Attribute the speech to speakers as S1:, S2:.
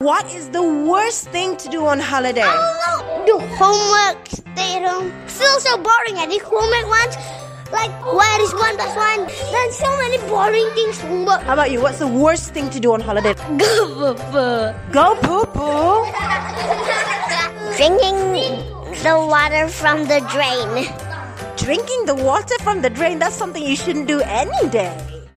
S1: What is the worst thing to do on holiday?
S2: don't know. Do homework, stay at home. Feels so boring. I did homework once. Like, where is one plus one? There's so many boring things to homework.
S1: How about you? What's the worst thing to do on holiday? Go poo poo.
S2: Drinking the water from the drain.
S1: Drinking the water from the drain, that's something you shouldn't do any day.